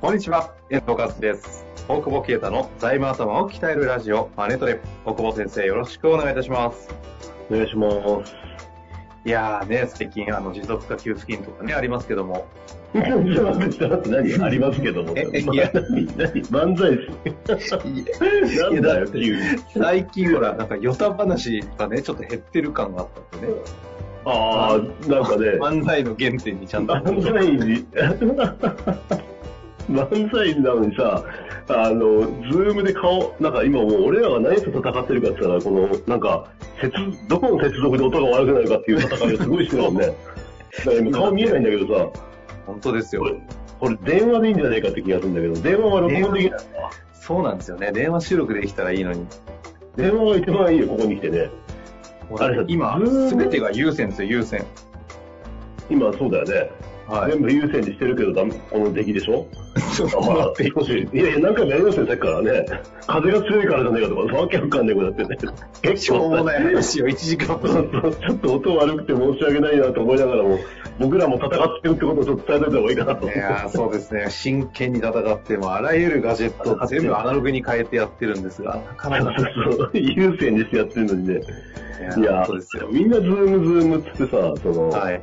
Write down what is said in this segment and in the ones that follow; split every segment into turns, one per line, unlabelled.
こんにちは、遠藤和樹です。大久保啓太の財務頭を鍛えるラジオ、マネトレ。大久保先生、よろしくお願いいたします。
お願いします。
いやーね、最近、あの、持続化給付金とかね、ありますけども。
ちょっと待って、ちょっと待って何ありますけども。
ええ
ま
いや
何何漫才です。なんだよ、急に。
最近、ほら、なんか、与太話がね、ちょっと減ってる感があったんでね。
ああ、なんかね、
漫才の原点にちゃ んと。
漫才に、漫才なのにさ、あの、ズームで顔、なんか今もう俺らが何と戦ってるかって言ったら、この、なんか、接、どこの接続で音が悪くなるかっていう戦いがすごいしてるもんね。だから今顔見えないんだけどさ、
本当ですよ
こ。れ、これ電話でいいんじゃないかって気がするんだけど、電話は録音できない。
そうなんですよね。電話収録できたらいいのに。
電話が一番いいよ、ここに来てね。
もう
あれ
今
う、ーん
すべてが優先ですよ、優 先。
今そうだよね。
はい。
全部優先にしてるけどダメ、この出来でし ょ
ちょっと
あま
待
あ
っ、て。
少し。いやいや、何回もやりましたよ、さっきからね。風が強いからじゃねえかとか、わけわかんないことやってね。
しょうもない話を1時間
そ
分。
うそう ちょっと音悪くて申し訳ないなと思いながらも、僕らも戦ってるってことをちょっと伝えといた方がいいかなと
い。やーそうですね、真剣に戦って、もうあらゆるガジェットを全部アナログに変えてやってるんですが、なかなか、ね、
そう優先にしてやってるのにね。い
い
や
や、そうですよ。
みんなズームズームっつってさ、その、
はい。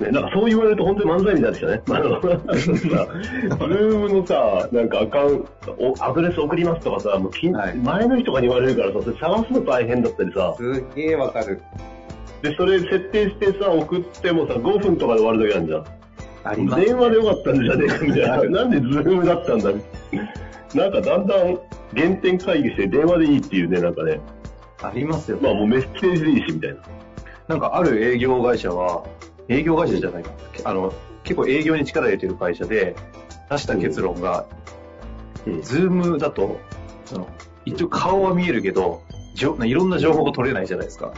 ね、なんかそう言われると本当に漫才みたいでしたね。あ の、ズームのさ、なんかアカウント、おアドレス送りますとかさ、もうきん
はい
前の日とかに言われるからさ、それ探すの大変だったりさ、
すげえわかる。
で、それ設定してさ、送ってもさ、5分とかで終わる時あるじゃん。
あります。
電話でよかったんじゃねえかみた いな。なんでズームだったんだなんかだんだん原点会議して電話でいいっていうね、なんかね、
ありますよ。
まあもうメッセージでいいしみたいな。
なんかある営業会社は、営業会社じゃないか。あの、結構営業に力入れてる会社で、出した結論が、
うん
ズームだと、その、一応顔は見えるけど、じょいろんな情報が取れないじゃないですか。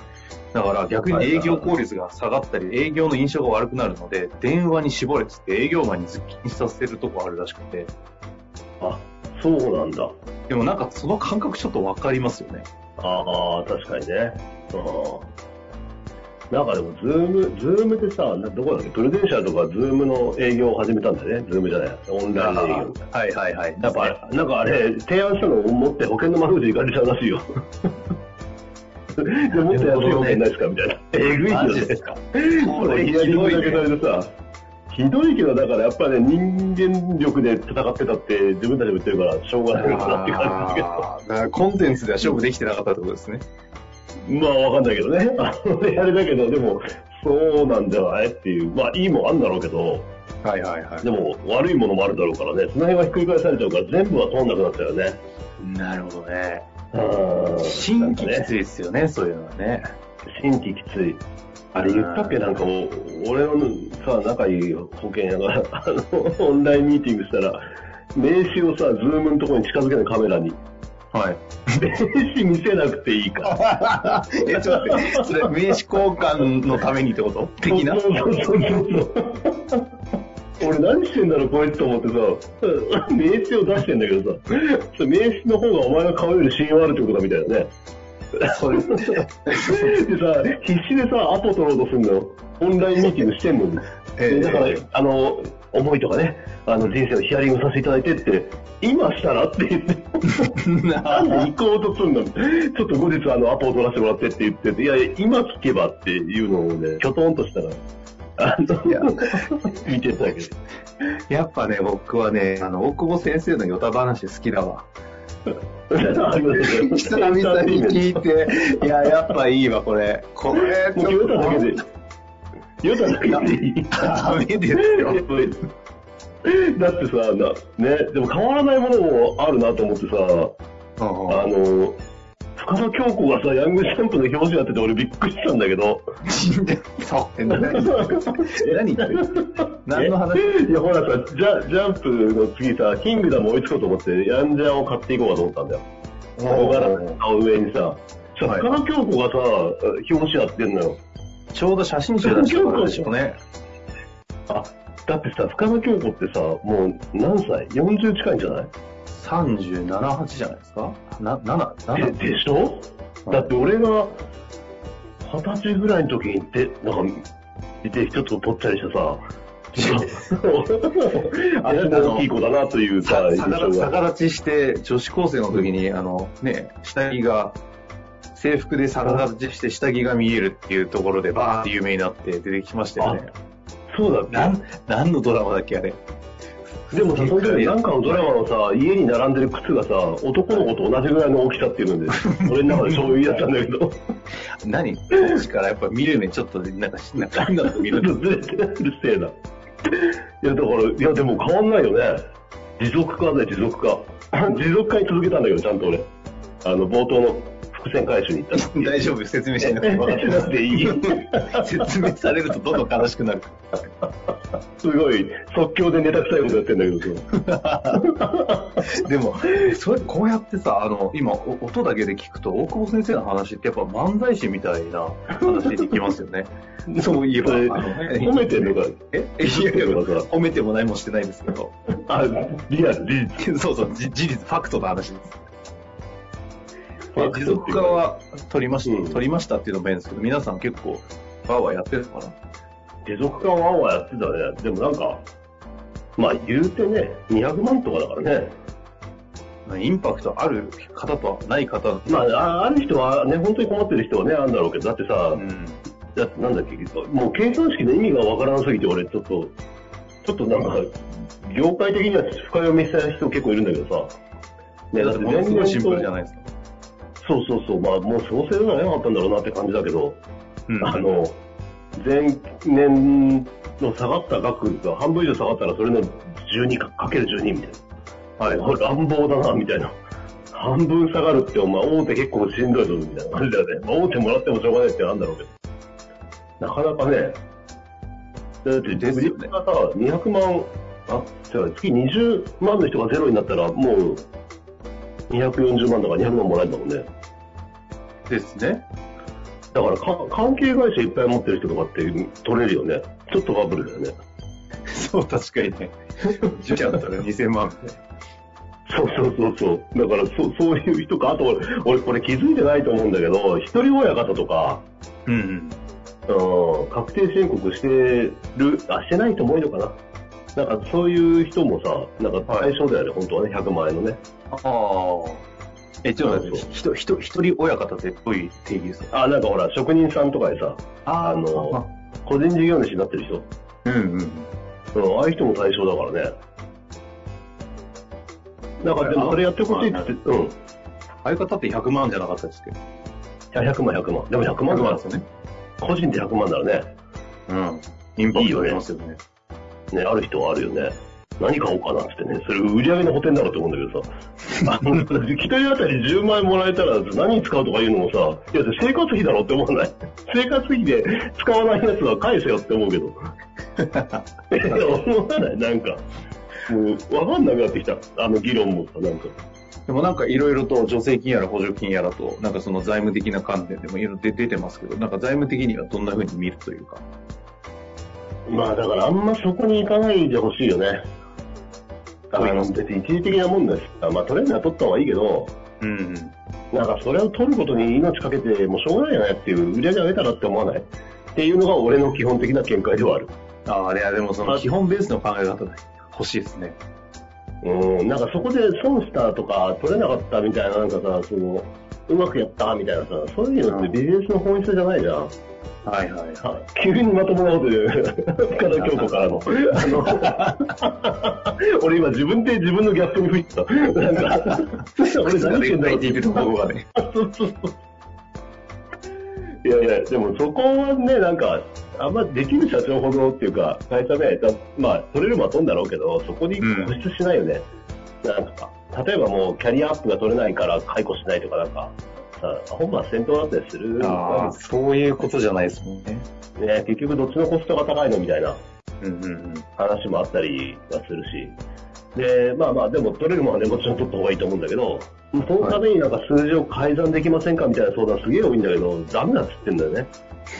だから逆に営業効率が下がったり、営業の印象が悪くなるので、電話に絞れっつって営業マンにズッキにさせるとこあるらしくて。
あ、そうなんだ。
でもなんかその感覚ちょっとわかりますよね。
ああ、確かにね。うん。なんかでも、ズーム、ズームってさ、などこだっけプルデンシャルとかズームの営業を始めたんだよね。ズームじゃない。オンラインの営業。
はいはいはい。
やっぱあれ、なんかあれ、提案したのを持って保険の窓口行かれちゃうらし いよ。で、もっと安い保険ないですかみたいな。えぐいよ
マジ
ね
で。すか。
これ、ひどいだけどさ。ひどいけど、だからやっぱね、人間力で戦ってたって自分たちも言ってるから、しょうがないのかなって感じだけど。
あーだからコンテンツでは勝負できてなかったってことですね。
まあ、わかんないけどね。 あのねあれだけど、でも、そうなんじゃないっていう。まあ、いいもんあるんだろうけど、
はいはいは
でも、悪いものもあるだろうからね。その辺はひっくり返されちゃうから、全部は通んなくなったよね。
い。なるほどね。
うん。
新規
なん
き
かね
ついですよね、そういうのはね。
新規きつい。あれ言ったっけなんかもう、俺のさ、仲いい保険屋が、あの、オンラインミーティングしたら、名刺をさ、ズームのところに近づけないカメラに。
はい。
名刺見せなくていいから。
え、ちょっと待って、それ名刺交換のためにってこと的な
そうそうそうそう 俺何してんだろうこいつと思ってさ、 名刺を出してんだけどさ、それ名刺の方がお前の顔より信用あるってことだみたいなね。
そうですね。
でさ、必死でさ、アポ取ろうとするのよ。オンラインミーティングしてんのに。
ええ
でだから、あの、思いとかね、あの人生をヒアリングさせていただいてって、今したらって言って。なんで行こうとすんのちょっと後日あのアポを取らせてもらってって言ってて、いやいや、今聞けばっていうのをね、きょとんとしたら、あ の、
いや
見てたけど。
やっぱね、僕はね、あの、大久保先生のヨタ話好きだわ。
ありがとうございます
久々に聞いて、いや、やっぱいいわ、これ。これ、
もう言うただけで、言うただけでいい。
ダメですよ。
だってさ、な、ね、でも変わらないものもあるなと思ってさ、
うんうん
あの、深田恭子がさ、ヤングジャンプの表紙やってて俺びっくりしたんだけど。
死んでそうって何何言ってる何の話
いや、ほらさ、ジャジャンプの次さ、キングダム追いつこうと思って、ヤンジャンを買っていこうかと思ったんだよ。小柄
おー
な上にさ、さ
はい
深田恭子がさ、表紙やってんのよ。
ちょうど写真集出したから でしょうね。
あ、だってさ、深田恭子ってさ、もう何歳 ?40 近いんじゃない
37、8じゃないですかな、7、
で
7。
でしょだって俺が二十歳ぐらいの時にでなんか、いて一つを取ったりして さ、 足の大きい子だなというさ、
さ
印象
逆立ち
が。
逆立ちして、女子高生の時に、あの、ね、下着が、制服で逆立ちして下着が見えるっていうところでバーって有名になって出てきましたよね。
そうだ
な
っ
ん、何のドラマだっけあれ。
け。でもさ、その時なんかのドラマのさ、家に並んでる靴がさ、男の子と同じぐらいの大きさってい うので、俺の中でそういうやつなんだけど、
何当時からやっぱ見る目ちょっとなんか、なんか変なの見
ちょっ
る
と ずれてるせいな。いや、だから、いや、でも変わんないよね。持続化だよ、持続化。 持続化に続けたんだけど、ちゃんと俺。あの、冒頭の伏線回収に行った
の。 大丈夫説明しなくても分か
だっていい。
ってる説明されるとどんどん悲しくなる。
すごい、即興でネタ臭いことやってんだけどさ。
でも、それ、こうやってさ、あの、今、お音だけで聞くと、大久保先生の話ってやっぱ漫才師みたいな話に行きますよね。 そういえば、
そ
あ
れ
の
褒めてんのか。
えいやいや、褒めても何もしてないですけど。
あ、リアル、リー
そうそう、じ事実、ファクトの話です。
ファクトって
持続
いうか
化は取りました、
うん
取りましたっていうのもいいんですけど、皆さん結構、バーはやってるのかな
持続化ワンワンやってたね。でもなんか、まあ言うてね、200万とかだからね。
まあインパクトある方とない方の、
まあ、あある人はね、本当に困ってる人はね、あるんだろうけど、だってさ、
うん、
だってなんだっけ、もう計算式の意味がわからなすぎて、俺、ちょっと、ちょっとなんか、業界的には深読みした人結構いるんだけどさ。ね、
だってものすごいシンプルじゃ
ない
ないですか。
そうそうそう、まあ、もうそうせればよかったんだろうなって感じだけど、
うん
あの、前年の下がった額が半分以上下がったら、それの12かかける12みたいな。はい、これ乱暴だな、みたいな。半分下がるって、お前、大手結構しんどいぞ、みたいな感じだよね。まあ、大手もらってもしょうがないってなんだろうけど。なかなかね、だって、
ですよね
がさ、200万、あ、違う、月20万の人がゼロになったら、もう、240万だから200万もらえるんだもんね。
ですね。
だからか関係会社いっぱい持ってる人とかって取れるよね。ちょっとバブルだよね。
そう、確かにね。受験だったら2000万みたい
そうそうそうそう。だからそそういう人か。あと俺、俺これ気づいてないと思うんだけど、一人親方とか、
な。うん。
うん、確定申告してる、あ、してないと思うのかな。なんかそういう人もさ、なんか対象だよね、本当はね、100万円のね。
ああ。え、ちょっと待って、
そう
ひと、ひと、一人親方ってどういう定義ですか
あ、なんかほら、職人さんとかでさ、
あ
あの、個人事業主になってる人。
うんうん。
うん、ああいう人も対象だからね。なんかでもそれやってほしいって言って、うん。
相方って100万じゃなかったですけど。
いや、100万、100万。でも100万だから、
すよね。
個人で100万だらね。
うん。インパクトありますよね。
ね、ある人はあるよね。何買おうかなってね。それ売り上げの補填だろうと思うんだけどさ。あ の、一人当たり10万円もらえたら何に使うとか言うのもさ、いや、生活費だろって思わない 生活費で使わないやつは返せよって思うけど。 いや、思わないなんか。もう、わかんなくなってきた。あの議論もさ、なんか。
でもなんかいろいろと助成金やら補助金やらと、なんかその財務的な観点でもいろいろ出出てますけど、なんか財務的にはどんな風に見るというか。
まあだからあんまそこに行かないでほしいよね。あの別に一時的なもんだし、あまあ取れるのは取った方がいいけど、
うんうん。
なんかそれを取ることに命かけてもしょうがないよねっていう、売り上げ上げたらって思わないっていうのが俺の基本的な見解ではある。
ああ、あれはでもその
あ
基本ベースの考え方で欲しいですね。
うん、なんかそこで損したとか取れなかったみたいな、なんかさ、その、うまくやったみたいなさ、そういうのってビジネスの本質じゃないじゃん。
はいはいはい。
あ急にまともなこと言う。深田京子からの。あの、俺今自分で自分のギャップに吹いてた。なんか、俺何言ってんだろう
ているところがね。
そうそうそういやいや、でもそこはね、なんか、あんまできる社長ほどっていうか、会社ね、だまあ、取れるもは取るんだろうけど、そこに固執しないよね。なんか、例えばもう、キャリアアップが取れないから解雇しないとか、なんか、さ、本末転倒だったりする
ああ、そういうことじゃないですもんね。
ね、結局どっちのコストが高いのみたいな
うんうんうん。
話もあったりはするし、で、まあまあ、でも取れるものはね、もちろん取った方がいいと思うんだけど、そのためになんか数字を改ざんできませんかみたいな相談すげえ多いんだけど、ダメだっつってんだよね。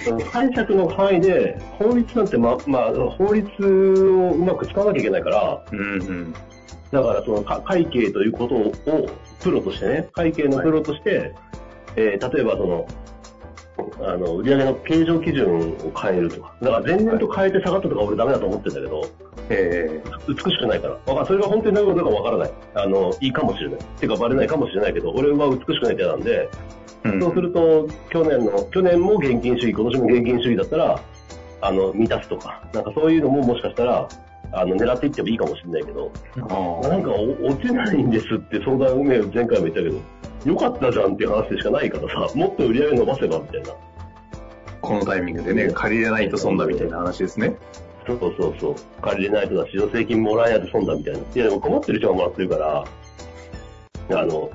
その解釈の範囲で、法律なんてま、まあ、法律をうまく使わなきゃいけないから、
うんうん。
だからそのか会計ということをプロとしてね、会計のプロとして、えー例えばその、あの、売上の計上基準を変えるとか。だから前年と変えて下がったとか俺ダメだと思ってんだけど、
ええ
美しくないから。わかんそれが本当になるかどうかわからない。あの、いいかもしれない。てかバレないかもしれないけど、俺は美しくないって嫌なんで、
うん
そうすると、去年の、去年も現金主義、今年も現金主義だったら、あの、満たすとか、なんかそういうのももしかしたら、あの、狙っていってもいいかもしれないけど、
あ
なんかお落ちないんですって相談ね、前回も言ったけど、よかったじゃんっていう話しかないからさ、もっと売り上げ伸ばせばみたいな。
あこのタイミングでね、借りれないと損だみたいな話ですね。
そうそうそう。借りれないとだし、助成金もらえないと損だみたいな。いや、でも困ってる人がもらってるから、あの、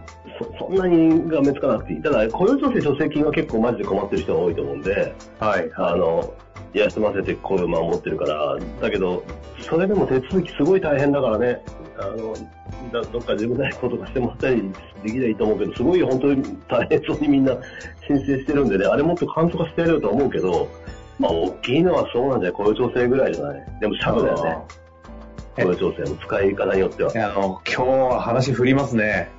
そそんなにがめつかなくていい。ただ、雇用調整助成金は結構マジで困ってる人が多いと思うんで、
はい。
あの、休ませて雇用守ってるから、だけど、それでも手続きすごい大変だからね、あの、だどっか自分ないことかしてもらったりできりゃいいと思うけど、すごい本当に大変そうにみんな申請してるんでね、あれもっと簡素化してやれよとは思うけど、まあ大きいのはそうなんじゃない雇用調整ぐらいじゃないでもシャブだよね。
あー
雇用調整の使い方によっては。
あの、今日は話振ります ね。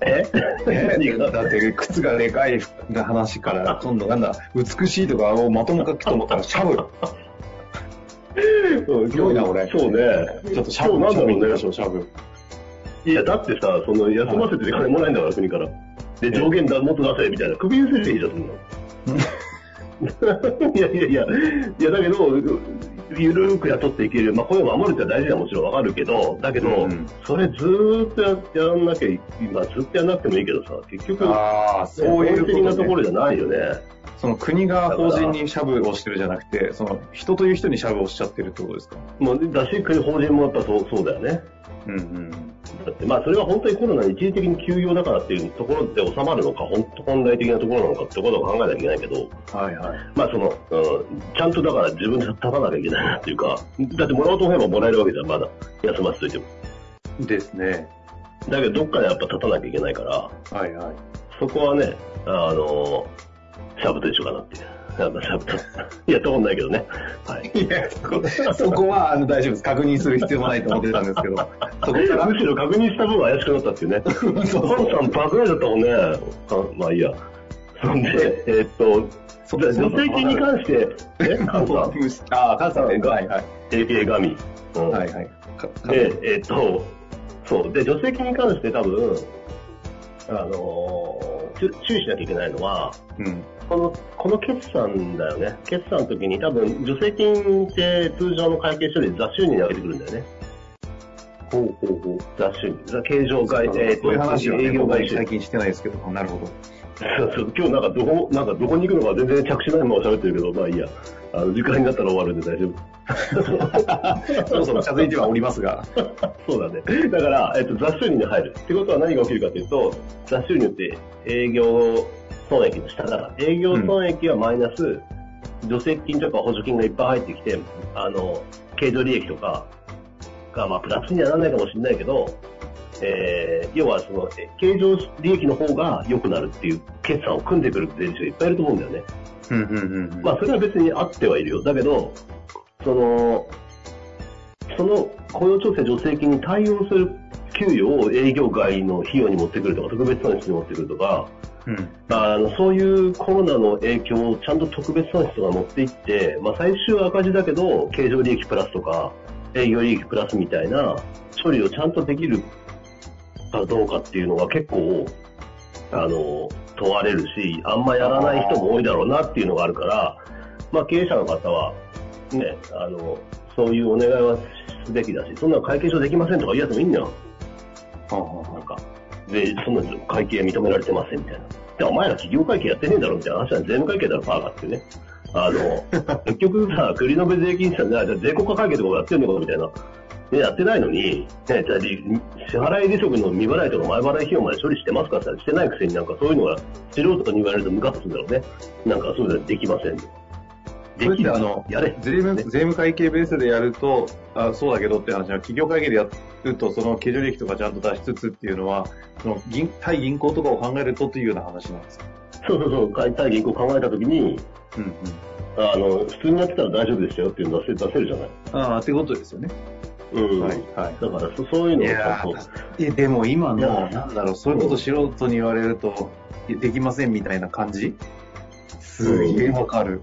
え
ね
何が
だって靴がでかい話から、今度なんだ、美しいとかをまともかと思ったらシャブ。すごいな、俺。
そうね。
ちょっとシャブ、
今日
シャ
なん
ブ行きま
だろうね
しょ。う、シャブ。
いや、だってさ、その休ませてて金もらえんだから、国から。で、上限だ、もっと出せ、みたいな。首優先していいじゃん、そんな の。いやいやいや、いや、だけど、ゆるーく雇っていける。まあ、声を守るって大事はもちろんわかるけど、だけど、
うん
それずーっとややんなきゃい、今ずっとやんなくてもいいけどさ、結局、
ああ、そういう
法的な
ことと
こ
ね。
ろじゃないよね。
その国が法人にシャブをしてるじゃなくて、その人という人にシャブをしちゃってるってことですか
もう、だし、国法人もやっぱそうそうだよね。
うんうん。
だって、まあ、それが本当にコロナに一時的に休業だからっていうところで収まるのか、本当本来的なところなのかってことを考えなきゃいけないけど、
はいはい。
まあその、うん、ちゃんとだから自分で立たなきゃいけないなっていうか、だってもらおうと思えばもらえるわけじゃん、まだ。休ませといても。
ですね。
だけど、どっかでやっぱ立たなきゃいけないから、
はいはい。
そこはね、あのシャブと一緒かなっていう。やっぱシャブと。 やったことないけどね。はい。
いや、そこそこはあの大丈夫です。確認する必要もないと思ってたん ですけど、そこから
むしろ確認した分怪しくなったっていうね。
そう
パンさん爆買いだったもんね。あまあいいや。そんで、えーっと、
そ
助成金に関して、え、パンさん、
ああ、母さんね。はいはい。
APA 神。うん
はいはい。かか
で、えっと、そう。で、助成金に関して多分、あのー注注意しなきゃいけないのは、
うん。
この、この決算だよね。決算の時に多分、助成金って通常の会計処理で雑収入に上げてくるんだよね。
ほうほうほう。
雑収入。雑経常外、えっ
そういう話
と、
はね
営業外収
最
入。
近してないですけど、なるほど。
そうそう 今日なんかどこ、なんかどこに行くのか全然着手ないまま喋ってるけど、まあいいや。あの、時間になったら終わるんで大丈夫。
そ ろそろ近づいてはおりますが。
そうだね。だから、えっと、雑収入に入る。ってことは何が起きるかというと、雑収入って営業損益の下だから、営業損益はマイナス、助成金とか補助金がいっぱい入ってきて、あの、経常利益とかが、まあ、プラスにはならないかもしれないけど、えー、要はその、え経常利益の方が良くなるっていう決算を組んでくる税理士がいっぱいいると思うんだよね。
うんうんうんうん。
まあ、それは別にあってはいるよ。だけど、その、その雇用調整助成金に対応する給与を営業外の費用に持ってくるとか、特別損失に持ってくるとか、
うん。
あのそういうコロナの影響をちゃんと特別損失とか持っていって、まあ、最終赤字だけど、経常利益プラスとか、営業利益プラスみたいな処理をちゃんとできるかどうかっていうのが結構、あの、問われるし、あんまやらない人も多いだろうなっていうのがあるから、まあ、経営者の方は、ね、あの、そういうお願いはすべきだし、そんなの会計上できませんとか言い合ってもいいんだよ。
はあはあ
な
は
んか、で、そんな会計認められてませんみたいな。で、お前ら企業会計やってねえだろみたいな話は税務会計だろ、パーがってね。 あの、結局さ、国の税金さ、じゃあ税国家会計とかもやってんのかみたいなね、やってないのに、ね、じゃあり支払い利息の未払いとか前払い費用まで処理してますかって言ったらしてないくせになんかそういうのが素人とかに言われるとムカッとするんだろうね。なんかそういうのできません。
それ
で
って
き
あ
ない。
の
やれ。
税務税務会計ベースでやるとあ、そうだけどって話は、企業会計でやると、その経常利益とかちゃんと出しつつっていうのは、その銀対銀行とかを考えるとというような話なんですか。
そうそうそう、解体銀行考えたときに、
うんうん、
あの、普通にやってたら大丈夫ですよっていうの出せ出せるじゃない。
ああ、ってことですよね。
うん。
はいはい
だからそそういうの
いや
をちゃんと
えでも今
い
の、
や
なんだろう、そういうこと素人に言われると、できませんみたいな感じすげえわかる。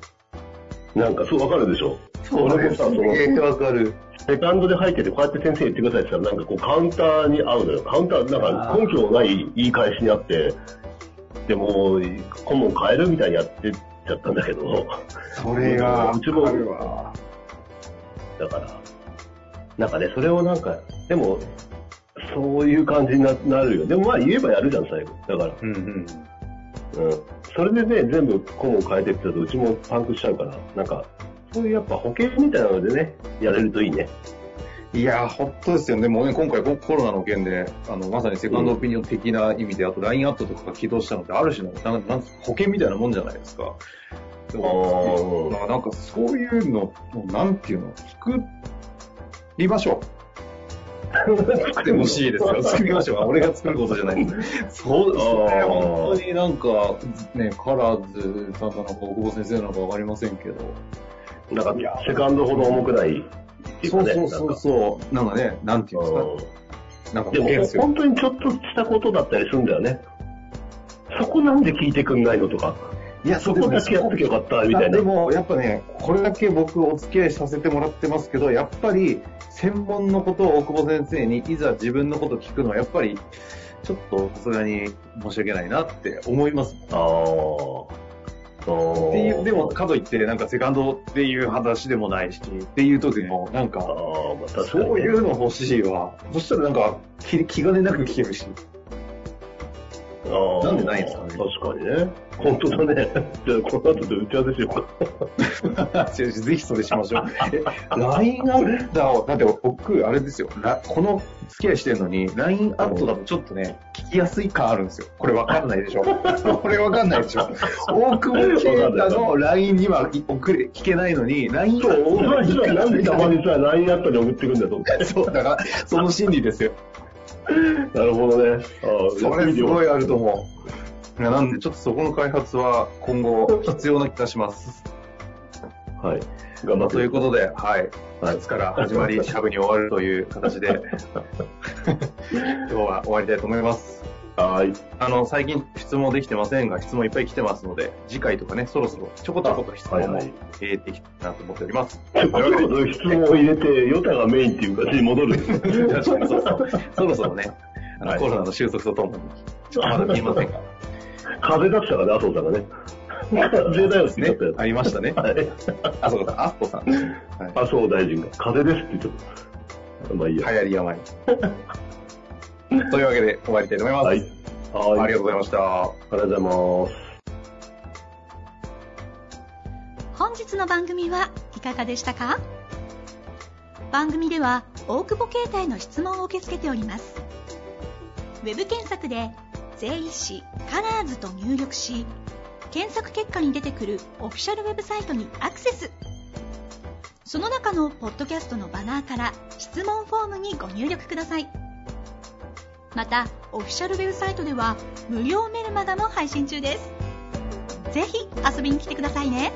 なんかそうわかるでしょ。俺もさ、その、
げえわかる。
セカンドで入ってて、こうやって先生言ってくださいって言ったら、なんかこうカウンターに合うのよ。カウンター、なんか根拠のない言い返しにあって、でも、顧問変えるみたいにやってっちゃったんだけど、
それが、
うちも
わかるわ。
だから、なんかね、それをなんか、でも、そういう感じにななるよ。でもまあ言えばやるじゃん、最後。だから、
うんうん。
うん。それでね、全部顧問変えてって言うと、うちもパンクしちゃうから、なんか、そういうやっぱ保険みたいなのでね、やれるといいね。
いやー、本当ですよね。もうね、今回ココロナの件で、あの、まさにセカンドオピニオン的な意味で、あと LINE アットとかが起動したので、ある種の、なんなん保険みたいなもんじゃないですか。でも
あー
まあなんかそういうの、もうなんていうの、作りましょう。作ってほしい です よ。作りましょう。俺が作ることじゃないです。そうですね。
あー
本当になんか、ね、カラーズさんなのか、大久保先生なのかわかりませんけど、
なんか、セカンドほど重くないっていう
そ
か
う
ね。
そうそうそう。なんかね、なんていうんです
なん
か。なんか
かで
保険
も
ですよ。
本当にちょっとしたことだったりするんだよね。そこなんで聞いてくんないのとか、
いや
そこだけやっときゃよかったみたいな
で。も、やっぱね、これだけ僕お付き合いさせてもらってますけど、やっぱり、専門のことを大久保先生に、いざ自分のこと聞くのは、やっぱり、ちょっとさすがに申し訳ないなって思います。
あー
っていう、
あ。
でも、、かといって、なんかセカンドっていう話でもないし、っていう時も、なん
ああ
か、、
まあ確かにね、
そういうの欲しいわ。そしたらなんか、気気兼ねなく聞けるし。
あー
なんでないんですかね
確かにね。本当だね。 じゃあ、この後で打ち合わせしようか。
ぜ ひぜひそれしましょう。え LINE アッターを、だって僕、あれですよ、ラこの付き合いしてるのに、LINE アットだとちょっとね、聞きやすい感あるんですよ。これわかんないでしょ これわかんないでし ょ大久保啓太の LINE には送れ聞けないのに、LINE を
そう、お前
聞
らなんでたまにさ、LINE アットに送ってくんだと 思って。
そう、だから、その心理ですよ。
なるほどね。あー
そ
やって
れ
みて
す
よ
ごいあると思う。いやなんで、ちょっとそこの開発は今後必要な気がします。
はい。頑張って。
ということで、はい。
はい
夏から始まり、シャブに終わるという形 で、今日は終わりたいと思います。
はい。
あの、最近質問できてませんが、質問いっぱい来てますので、次回とかね、そろそろちょこちょこと質問
あ
も
はいはい
入れていきたいなと思っております。
ということで質問を入れて、ヨタがメインっていう感じに戻 る。
確かにそうそう。そろそろね、あの
はい
コロナの収束とともに、ちょっとまだ見えませんが、
風邪だったからね、麻生さんがね。風邪だよって言
ね
っちゃっ、
ありましたね。
たよ。はい
あ、そうか、アッコさん、ねはい。
麻生大臣が、風邪ですって言っちゃった。まあいいや。
流行り 病。というわけで終わりたいと思います。
はい。はい
ありがとうございました。
ありがとうございます。
本日の番組はいかがでしたか番組では大久保携帯の質問を受け付けておりますウェブ検索で「税理士カラーズと入力し検索結果に出てくるオフィシャルウェブサイトにアクセスその中のポッドキャストのバナーから質問フォームにご入力くださいまたオフィシャルウェブサイトでは無料メルマガも配信中ですぜひ遊びに来てくださいね